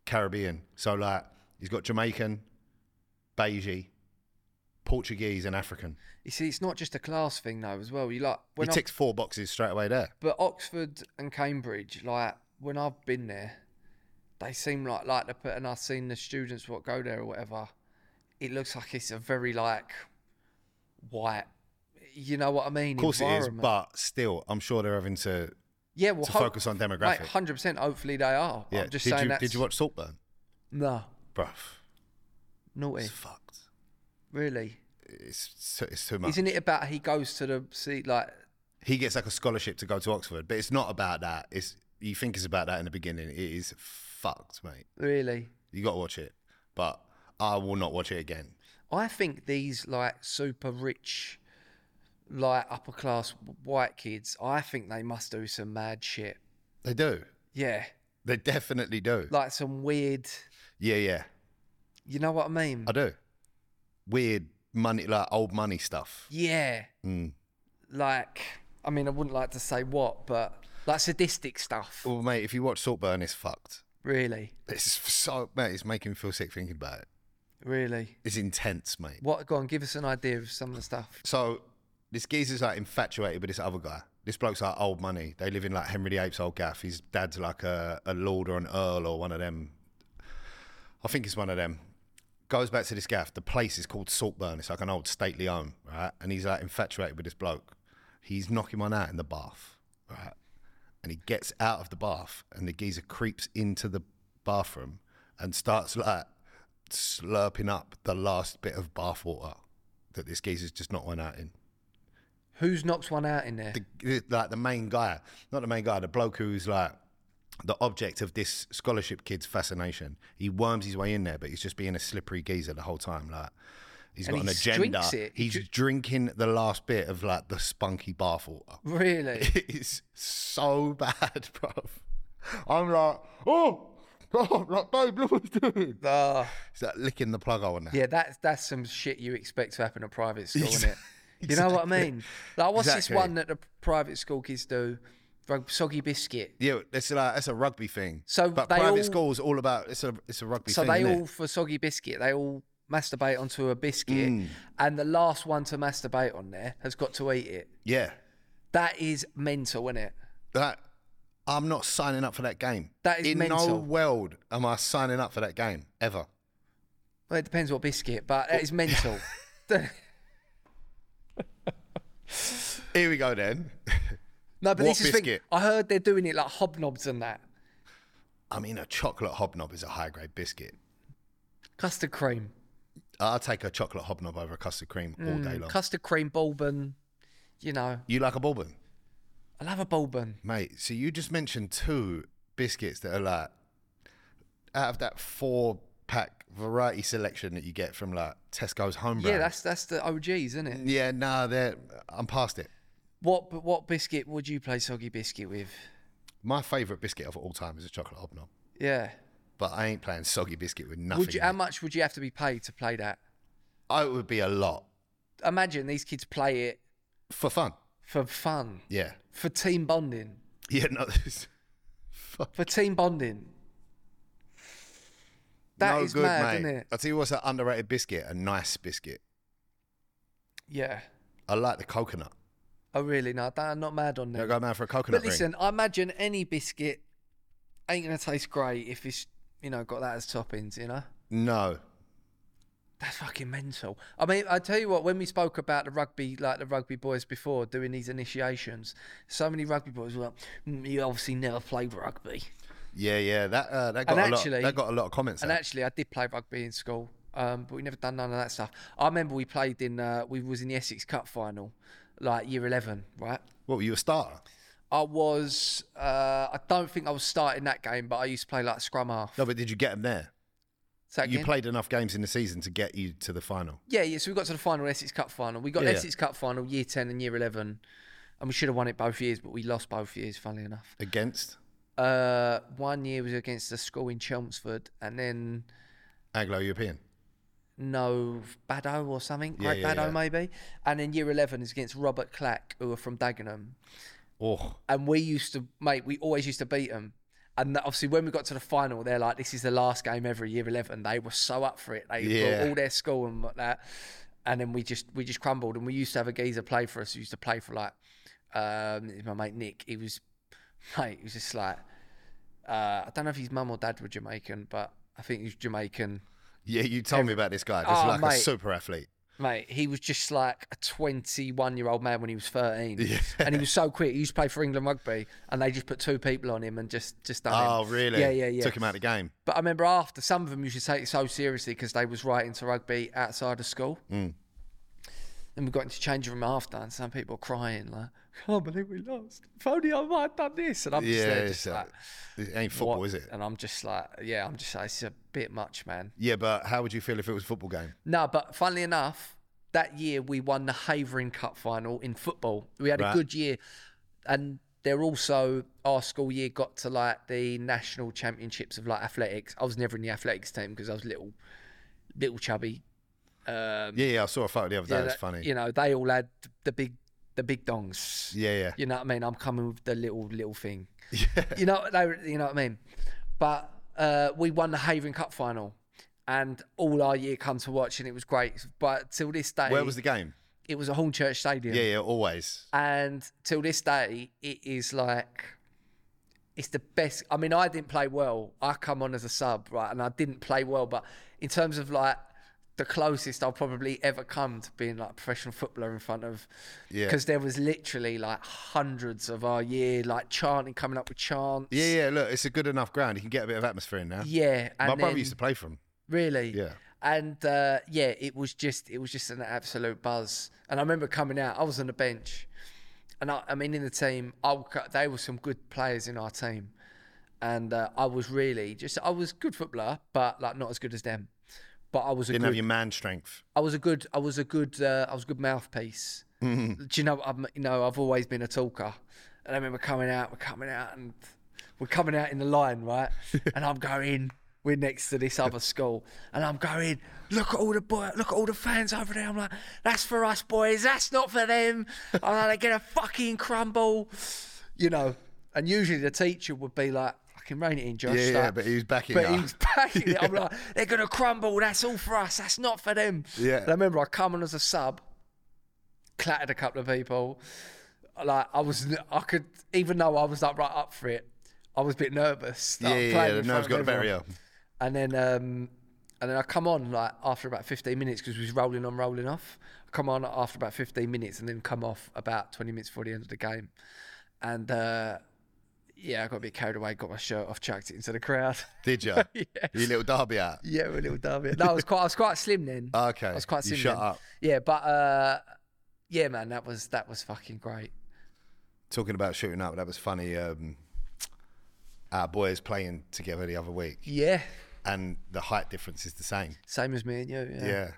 S6: Caribbean. So like, he's got Jamaican, Beiji, Portuguese, and African.
S1: You see, it's not just a class thing though, as well. You like when
S6: he
S1: I-
S6: ticks four boxes straight away there.
S1: but Oxford and Cambridge, like when I've been there, they seem like like the put, and I've seen the students what go there or whatever. It looks like it's a very like white, you know what I mean?
S6: Of course it is,
S1: environment.
S6: but still, I'm sure they're having to.
S1: yeah, well,
S6: to focus on demographic.
S1: Hundred percent. Hopefully they are.
S6: Yeah,
S1: I'm just
S6: did
S1: saying
S6: you
S1: that's,
S6: did you watch Saltburn?
S1: No,
S6: Bruv,
S1: naughty,
S6: it's fucked.
S1: really.
S6: It's so- it's too much.
S1: Isn't it about he goes to the see like
S6: he gets like a scholarship to go to Oxford, but it's not about that. It's you think it's about that in the beginning. It is fucked, mate.
S1: really?
S6: You got to watch it, but I will not watch it again.
S1: I think these like super rich, like upper class white kids, I think they must do some mad shit.
S6: They do.
S1: Yeah,
S6: They definitely do.
S1: like some weird.
S6: yeah, yeah,
S1: You know what I mean?
S6: I do. Weird money, like old money stuff.
S1: yeah. Like, I mean, I wouldn't like to say what, but like sadistic stuff.
S6: Well, mate, if you watch Saltburn, it's fucked.
S1: Really,
S6: It's so, mate, it's making me feel sick thinking about it.
S1: really.
S6: It's intense, mate.
S1: What? Go on, give us an idea of some of the stuff.
S6: So this geezer's like infatuated with this other guy. This bloke's like old money. They live in like Henry VIII's old gaff. His dad's like a, a lord or an earl or one of them. I think he's one of them. Goes back to this gaff. The place is called Saltburn. It's like an old stately home, right? And he's like infatuated with this bloke. He's knocking one out in the bath, right? And he gets out of the bath, and the geezer creeps into the bathroom and starts like slurping up the last bit of bath water that this geezer's just not went out in.
S1: Who's knocked one out in there?
S6: The, the- like the main guy, not the main guy, the bloke who's like the object of this scholarship kid's fascination. He worms his way in there, but he's just being a slippery geezer the whole time. Like he's
S1: And
S6: got
S1: he
S6: an agenda.
S1: drinks it. He
S6: He's
S1: dr-
S6: drinking the last bit of like the spunky bathwater.
S1: really?
S6: It's so bad, bro. I'm like, oh, oh, like, babe, look what he's doing.
S1: Ah.
S6: He's like licking the plug hole now.
S1: Yeah, that's that's some shit you expect to happen at private school, isn't it? You know what I
S6: Exactly.
S1: mean? Like, what's
S6: Exactly.
S1: this one that the private school kids do? Like soggy biscuit.
S6: Yeah, that's like that's a rugby thing.
S1: So
S6: but
S1: they
S6: private
S1: all-
S6: school's all about it's a it's a rugby
S1: So
S6: thing.
S1: they
S6: innit?
S1: all for soggy biscuit. They all masturbate onto a biscuit,
S6: Mm.
S1: and the last one to masturbate on there has got to eat it.
S6: yeah.
S1: That is mental, isn't it?
S6: That I'm not signing up for that game.
S1: That is
S6: in no
S1: mental.
S6: world am I signing up for that game ever.
S1: Well, it depends what biscuit, but that is mental. no,
S6: Here we go then.
S1: but
S6: What
S1: this is the thing.
S6: biscuit?
S1: I heard they're doing it like hobnobs and that
S6: I mean, a chocolate hobnob is a high grade biscuit.
S1: custard cream,
S6: I'll take a chocolate hobnob over a custard cream
S1: Mm,
S6: all day long.
S1: custard cream bourbon. You know,
S6: you like a bourbon,
S1: I love a bourbon.
S6: mate? So you just mentioned two biscuits that are like out of that four pack variety selection that you get from like Tesco's home brand.
S1: Yeah, that's that's the OGs, isn't it?
S6: Yeah, nah, they're, I'm past it.
S1: What but what biscuit would you play soggy biscuit with?
S6: My favourite biscuit of all time is a chocolate hobnob,
S1: Yeah.
S6: but I ain't playing soggy biscuit with nothing.
S1: Would you, how much would you have to be paid to play that?
S6: I it would be a lot
S1: Imagine these kids play it
S6: for fun.
S1: for fun,
S6: Yeah,
S1: for team bonding,
S6: yeah, no, this- fuck,
S1: for team bonding. That
S6: no
S1: is
S6: good,
S1: mad,
S6: mate.
S1: isn't it?
S6: I tell you what's an underrated biscuit, a nice biscuit.
S1: Yeah.
S6: I like the coconut.
S1: Oh really? No, that- I'm not mad on
S6: You
S1: that.
S6: know, go mad for a coconut
S1: But listen,
S6: ring.
S1: I imagine any biscuit ain't gonna taste great if it's you know got that as toppings. You know.
S6: No,
S1: That's fucking mental. I mean, I tell you what, when we spoke about the rugby, like the rugby boys before doing these initiations, so many rugby boys were like, "Mm, "You obviously never played rugby."
S6: yeah, yeah, that uh, that got
S1: And
S6: a
S1: actually-
S6: lot. That got a lot of comments.
S1: And
S6: out.
S1: actually, I did play rugby in school, um, but we never done none of that stuff. I remember we played in, uh, we was in the Essex Cup final, like year eleven, right?
S6: what were you a starter?
S1: I was, uh, I don't think I was starting that game, but I used to play like scrum half.
S6: No, but did you get them there?
S1: Say that
S6: You
S1: again?
S6: played enough games in the season to get you to the final.
S1: Yeah, yeah. So we got to the final Essex Cup final. We got
S6: Yeah, yeah.
S1: Essex Cup final year ten and year eleven, and we should have won it both years, but we lost both years. Funnily enough,
S6: against
S1: uh, one year was against a school in Chelmsford, and then
S6: Anglo European.
S1: no Bado or something, Great
S6: yeah,
S1: Bado
S6: yeah.
S1: maybe, and then year eleven is against Robert Clack, who are from Dagenham,
S6: Oh,
S1: and we used to mate, we always used to beat them. And that- obviously, when we got to the final, they're like, "This is the last game ever." Year eleven, they were so up for it. They
S6: Yeah.
S1: brought all their school and what that, and then we just we just crumbled. And we used to have a geezer play for us. Who used to play for like um, my mate Nick. He was mate. He was just like uh, I don't know if his mum or dad were Jamaican, but I think he was Jamaican.
S6: yeah, you told me about this guy. This
S1: Oh,
S6: like a
S1: mate.
S6: super athlete.
S1: Mate, he was just like a 21 year old man when he was 13. And he was so quick. He used to play for England rugby and they just put two people on him and just, just done
S6: Oh,
S1: him.
S6: really?
S1: Yeah, yeah, yeah.
S6: Took him out of the game.
S1: But I remember after, some of them used to take it so seriously because they was right into rugby outside of school.
S6: Mm.
S1: Then we got into change room after and some people were crying like, can't believe we lost. If only I might have done this. And I'm just
S6: Yeah,
S1: there
S6: it's,
S1: just
S6: uh,
S1: like,
S6: it ain't football,
S1: what?
S6: is it?
S1: And I'm just like, yeah, I'm just like, it's a bit much, man.
S6: Yeah, but how would you feel if it was a football game?
S1: No, but funnily enough, that year we won the Havering Cup final in football. We had
S6: Right.
S1: a good year, and they're also our school year got to like the national championships of like athletics. I was never in the athletics team because I was little, little chubby.
S6: Yeah, yeah, I saw a photo the other day. it was
S1: Um, that-
S6: funny.
S1: You know, they all had the big, the big dongs.
S6: yeah, yeah.
S1: You know what I mean? I'm coming with the little little thing. You know they were- you know what I mean? But uh, we won the Haven Cup final and all our year come to watch and it was great. But till this day
S6: Where was the game?
S1: it was a Hornchurch Stadium.
S6: Yeah, yeah, always.
S1: And till this day it is like it's the best I mean, I didn't play well. I come on as a sub, right? And I didn't play well, but in terms of like the closest I'll probably ever come to being like a professional footballer in front of
S6: Yeah.
S1: because there was literally like hundreds of our year like chanting coming up with chants
S6: Yeah, yeah. Look, it's a good enough ground. You can get a bit of atmosphere in now.
S1: yeah and
S6: My brother
S1: then-
S6: used to play for him.
S1: really
S6: Yeah.
S1: and uh, yeah it was just it was just an absolute buzz and I remember coming out I was on the bench and I, I mean in the team I would co- they were some good players in our team and uh, I was really just I was a good footballer but like not as good as them but I was a
S6: Didn't
S1: good
S6: have your man strength.
S1: I was a good, I was a good, uh, I was a good mouthpiece.
S6: Mm-hmm.
S1: Do you know? I'm, you know, I've always been a talker, and I remember coming out, we're coming out, and we're coming out in the line, right? and I'm going, we're next to this other school, and I'm going, look at all the boy, look at all the fans over there. I'm like, that's for us boys, that's not for them. I'm like, they're gonna fucking crumble, you know. And usually the teacher would be like, I can rein it in, Josh.
S6: Yeah, yeah,
S1: like-
S6: but he was backing
S1: but
S6: it
S1: he
S6: up.
S1: was packing it. I'm like, they're gonna crumble. That's all for us. That's not for them.
S6: Yeah.
S1: And I remember I come on as a sub, clattered a couple of people. Like I was, I could even though I was like right up for it, I was a bit nervous. that
S6: Yeah,
S1: I'm
S6: yeah,
S1: playing
S6: yeah. The
S1: in
S6: nerves
S1: front
S6: got
S1: of
S6: a better.
S1: everyone.
S6: yeah.
S1: And then, um, and then I come on like after about 15 minutes because we was rolling on, rolling off. I come on after about 15 minutes and then come off about 20 minutes before the end of the game. And uh, yeah, I got a bit carried away, got my shirt off, chucked it into the crowd.
S6: Did you? Your little derby out.
S1: Yeah, Ah, with a little derby. No, I was quite, I was quite slim then.
S6: Okay,
S1: I was quite
S6: you
S1: slim.
S6: shut
S1: then.
S6: up.
S1: Yeah, but uh, yeah, man, that was that was fucking great.
S6: Talking about shooting up, that was funny. Um, our boys playing together the other week,
S1: Yeah,
S6: and the height difference is the same.
S1: same as me and you. Yeah,
S6: Yeah.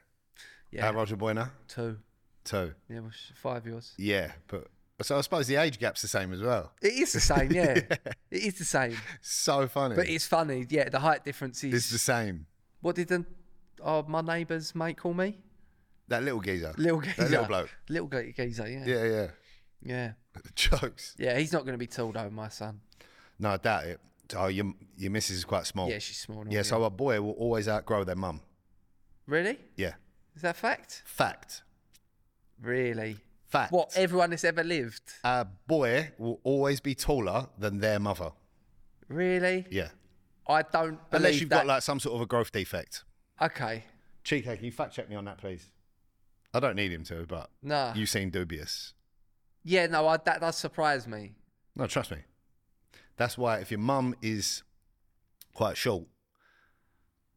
S1: Yeah.
S6: How old's your boy now?
S1: two.
S6: Two.
S1: Yeah, well, sh- five yours.
S6: Yeah, but so I suppose the age gap's the same as well.
S1: It is the same. Yeah, it is the same.
S6: So funny.
S1: But it's funny. Yeah, the height difference is.
S6: it's the same.
S1: What did the, oh, my neighbour's mate call me?
S6: That little geezer.
S1: Little geezer.
S6: That little bloke.
S1: Little ge- geezer. Yeah.
S6: Yeah, yeah.
S1: Yeah.
S6: Jokes.
S1: Yeah. He's not going to be tall though, my son.
S6: No, I doubt it. Oh, your your missus is quite small.
S1: Yeah, she's small. and all,
S6: Yeah, so our boy will always outgrow their mum.
S1: Really?
S6: Yeah.
S1: Is that a fact?
S6: Fact.
S1: Really?
S6: Fact.
S1: What? Everyone that's ever lived.
S6: Our boy will always be taller than their mother.
S1: Really?
S6: Yeah.
S1: I don't believe
S6: Unless you've
S1: that.
S6: got like some sort of a growth defect.
S1: okay,
S6: Chico, can you fact check me on that, please? Ah. I don't need him to, but
S1: no,
S6: you seem dubious.
S1: yeah, no, I, that does surprise me.
S6: No, trust me. That's why if your mum is quite short,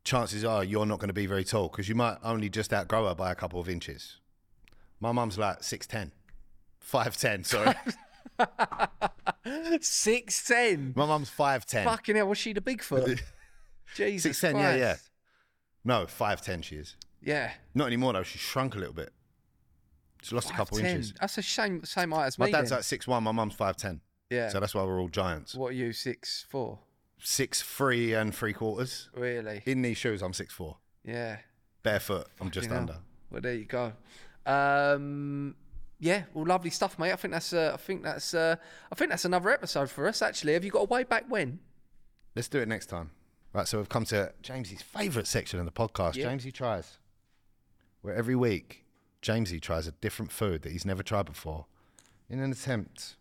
S6: chances are you're not going to be very tall because you might only just outgrow her by a couple of inches. My mum's like 6'10, 5'10, sorry.
S1: Six ten.
S6: My mum's 5'10.
S1: Fucking hell, was she the Bigfoot? Jesus
S6: 6'10", yeah, yeah.
S1: Christ.
S6: No, 5'10 she is.
S1: yeah,
S6: Not anymore though, she's shrunk a little bit. She lost a couple
S1: 5'10".
S6: inches.
S1: That's a shame. Same height as
S6: My
S1: me.
S6: dad's
S1: then.
S6: like six one. My mum's five ten.
S1: yeah.
S6: So that's why we're all giants.
S1: what are you? Six four.
S6: Six three and three quarters.
S1: Really?
S6: In these shoes, I'm six four.
S1: yeah.
S6: Barefoot, I'm just
S1: You know.
S6: under.
S1: Well, there you go. Um, yeah, well, lovely stuff, mate. I think that's. Uh, I think that's. Uh, I think that's another episode for us. Actually, have you got a way back when?
S6: Let's do it next time. Right, so we've come to James's favourite section of the podcast.
S1: Yeah.
S6: Jamesy tries. Where every week, Jamesy tries a different food that he's never tried before in an attempt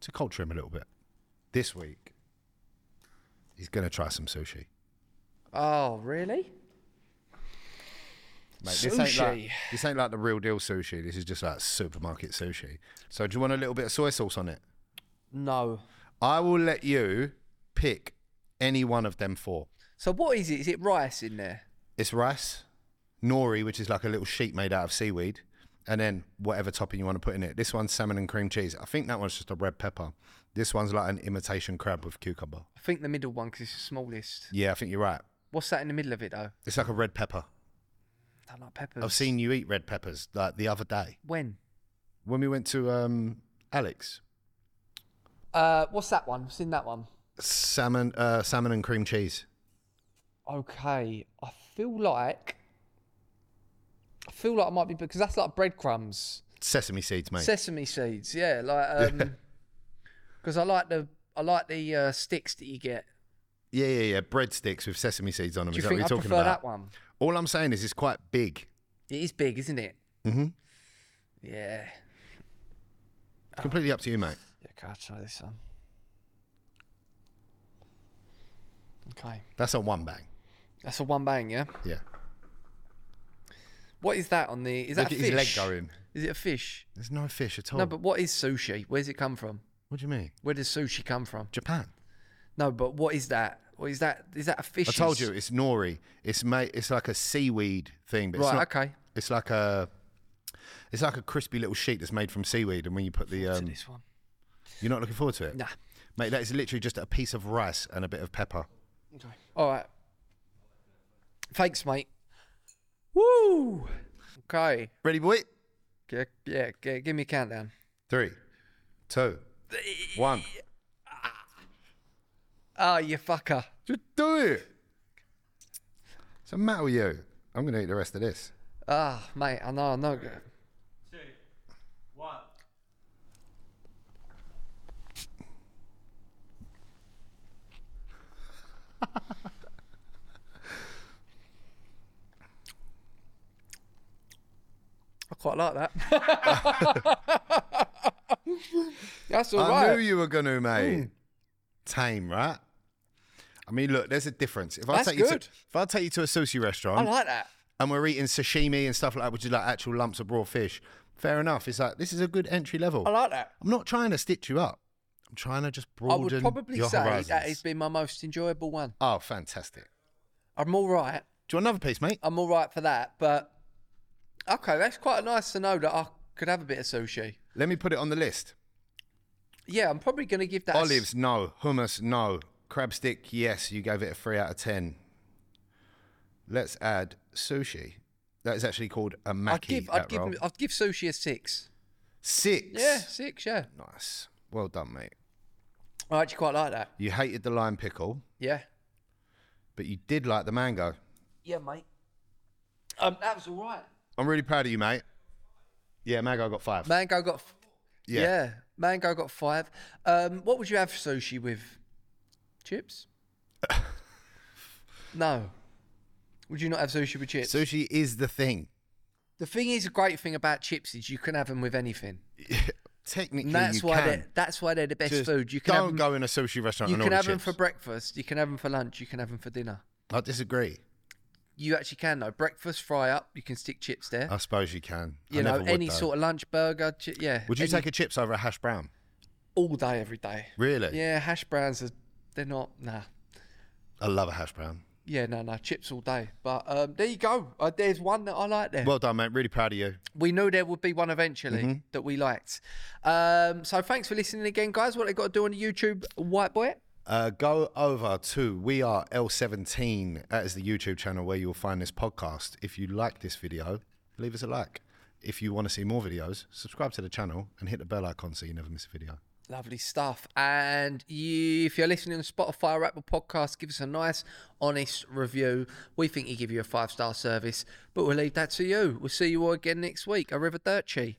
S6: to culture him a little bit. This week, he's going to try some sushi.
S1: Oh, really?
S6: Mate, This ain't, like,
S1: Sushi.
S6: this ain't like the real deal sushi. This is just like supermarket sushi. So, do you want a little bit of soy sauce on it?
S1: No.
S6: I will let you pick any one of them four.
S1: So what is it? Is it rice in there?
S6: It's rice, nori, which is like a little sheet made out of seaweed, and then whatever topping you want to put in it. This one's salmon and cream cheese. I think that one's just a red pepper. This one's like an imitation crab with cucumber.
S1: I think the middle one because it's the smallest.
S6: Yeah, I think you're right.
S1: What's that in the middle of it though?
S6: It's like a red pepper.
S1: I don't like peppers.
S6: I've seen you eat red peppers like the other day
S1: When?
S6: when we went to um, Alex.
S1: Uh, what's that one? I've seen that one.
S6: Salmon, uh, salmon and cream cheese.
S1: Okay, I feel like I feel like I might be because that's like breadcrumbs,
S6: Sesame seeds, mate.
S1: sesame seeds. Yeah, like um, because I like the I like the uh, sticks that you get.
S6: yeah, yeah, yeah. Breadsticks with sesame seeds on them.
S1: Do
S6: Is
S1: you
S6: that
S1: think
S6: what you're
S1: I
S6: talking
S1: prefer
S6: about?
S1: that one?
S6: All I'm saying is it's quite big.
S1: It is big, isn't it?
S6: hmm
S1: Yeah.
S6: Completely up to you, mate.
S1: Yeah, can I try this one? Okay,
S6: That's a one bang.
S1: that's a one bang. Yeah.
S6: Yeah.
S1: What is that on the? Is that
S6: Look
S1: a
S6: at
S1: fish?
S6: his leg going. Oh.
S1: Is it a fish?
S6: There's no fish at all.
S1: No, but what is sushi? Where's it come from?
S6: what do you mean?
S1: Where does sushi come from?
S6: Japan.
S1: No, but what is that? What is that? Is that a fish?
S6: I told you it's nori. It's mate. It's like a seaweed thing, but
S1: Right,
S6: it's not,
S1: okay.
S6: It's like a. It's like a crispy little sheet that's made from seaweed, and when you put the,
S1: To
S6: um,
S1: this one.
S6: you're not looking forward to it.
S1: Nah.
S6: mate. That is literally just a piece of rice and a bit of pepper.
S1: Okay. All right. Thanks, mate. Woo. Okay.
S6: Ready, boy?
S1: Yeah, yeah, yeah, give me a countdown.
S6: Three, two, one.
S1: Oh, you fucker.
S6: Just do it. It's a matter with you. I'm gonna eat the rest of this.
S1: Ah, mate, I know, I know.
S3: two, one.
S1: I quite like that. That's all
S6: I
S1: right. Hmm.
S6: knew you were going to, mate. Tame, right? I mean, look, there's a difference. If I
S1: That's
S6: take you to,
S1: good.
S6: if I take you to a sushi
S1: I
S6: restaurant
S1: like that.
S6: and we're eating sashimi and stuff like that, which is like actual lumps of raw fish, fair enough. It's like this is a good entry level.
S1: I like that.
S6: I'm not trying to stitch you up. I'm trying to just
S1: I
S6: broaden
S1: would probably
S6: your
S1: say
S6: horizons.
S1: that has been my most enjoyable one.
S6: oh, fantastic!
S1: I'm all right.
S6: Do you want another piece, mate?
S1: I'm all right for that, but okay, that's quite nice to know that I could have a bit of sushi.
S6: Let me put it on the list.
S1: Yeah, I'm probably going to give that a s-
S6: Olives, no. Hummus, no. Crab stick, yes. You gave it a three out of ten. Let's add sushi. That is actually called a maki.
S1: I'd give, I'd
S6: that
S1: give,
S6: roll.
S1: I'd give sushi a six.
S6: six.
S1: Yeah, six. Yeah,
S6: Nice. Well done, mate.
S1: I actually quite like that.
S6: You hated the lime pickle,
S1: Yeah.
S6: but you did like the mango.
S1: Yeah, mate. Um, that was all right.
S6: I'm really proud of you, mate. Yeah, mango got five.
S1: Mango got. F- yeah.
S6: Yeah.
S1: Mango got five. Um, what would you have sushi with? Chips. no. Would you not have sushi with chips?
S6: Sushi is the thing.
S1: the thing is, a great thing about chips is you can have them with anything.
S6: Technically,
S1: And that's
S6: you
S1: why
S6: can.
S1: they're that's why they're the best
S6: Just
S1: food. You can have
S6: don't
S1: 'em-
S6: go in a sushi restaurant
S1: you
S6: and
S1: can
S6: order
S1: have them
S6: chips.
S1: for breakfast. You can have them for lunch. You can have them for dinner.
S6: I disagree.
S1: You actually can though. Breakfast fry up. You can stick chips there.
S6: I suppose you can.
S1: you
S6: I
S1: know,
S6: never would,
S1: any
S6: though.
S1: sort of lunch burger. Chi- yeah.
S6: Would you
S1: any-
S6: take a chips over a hash brown?
S1: all day every day?
S6: Really?
S1: Yeah, hash browns are they're not nah.
S6: I love a hash brown.
S1: Yeah, no, no, chips all day. But um, there you go. Uh, there's one that I like there.
S6: Well Mm-hmm. done, mate. Really proud of you.
S1: we knew there would be one eventually that we liked. Um, so thanks for listening again, guys. What they got to do on the YouTube, White Boy.
S6: Uh, go over to We Are L17. That is the YouTube channel where you'll find this podcast. If you like this video, leave us a like. If you want to see more videos, subscribe to the channel and hit the bell icon so you never miss a video.
S1: Lovely stuff. And you, if you're listening on Spotify or Apple Podcasts, give us a nice, honest review. We think you give you a five star service, but we'll leave that to you. We'll see you all again next week. Arrivederci.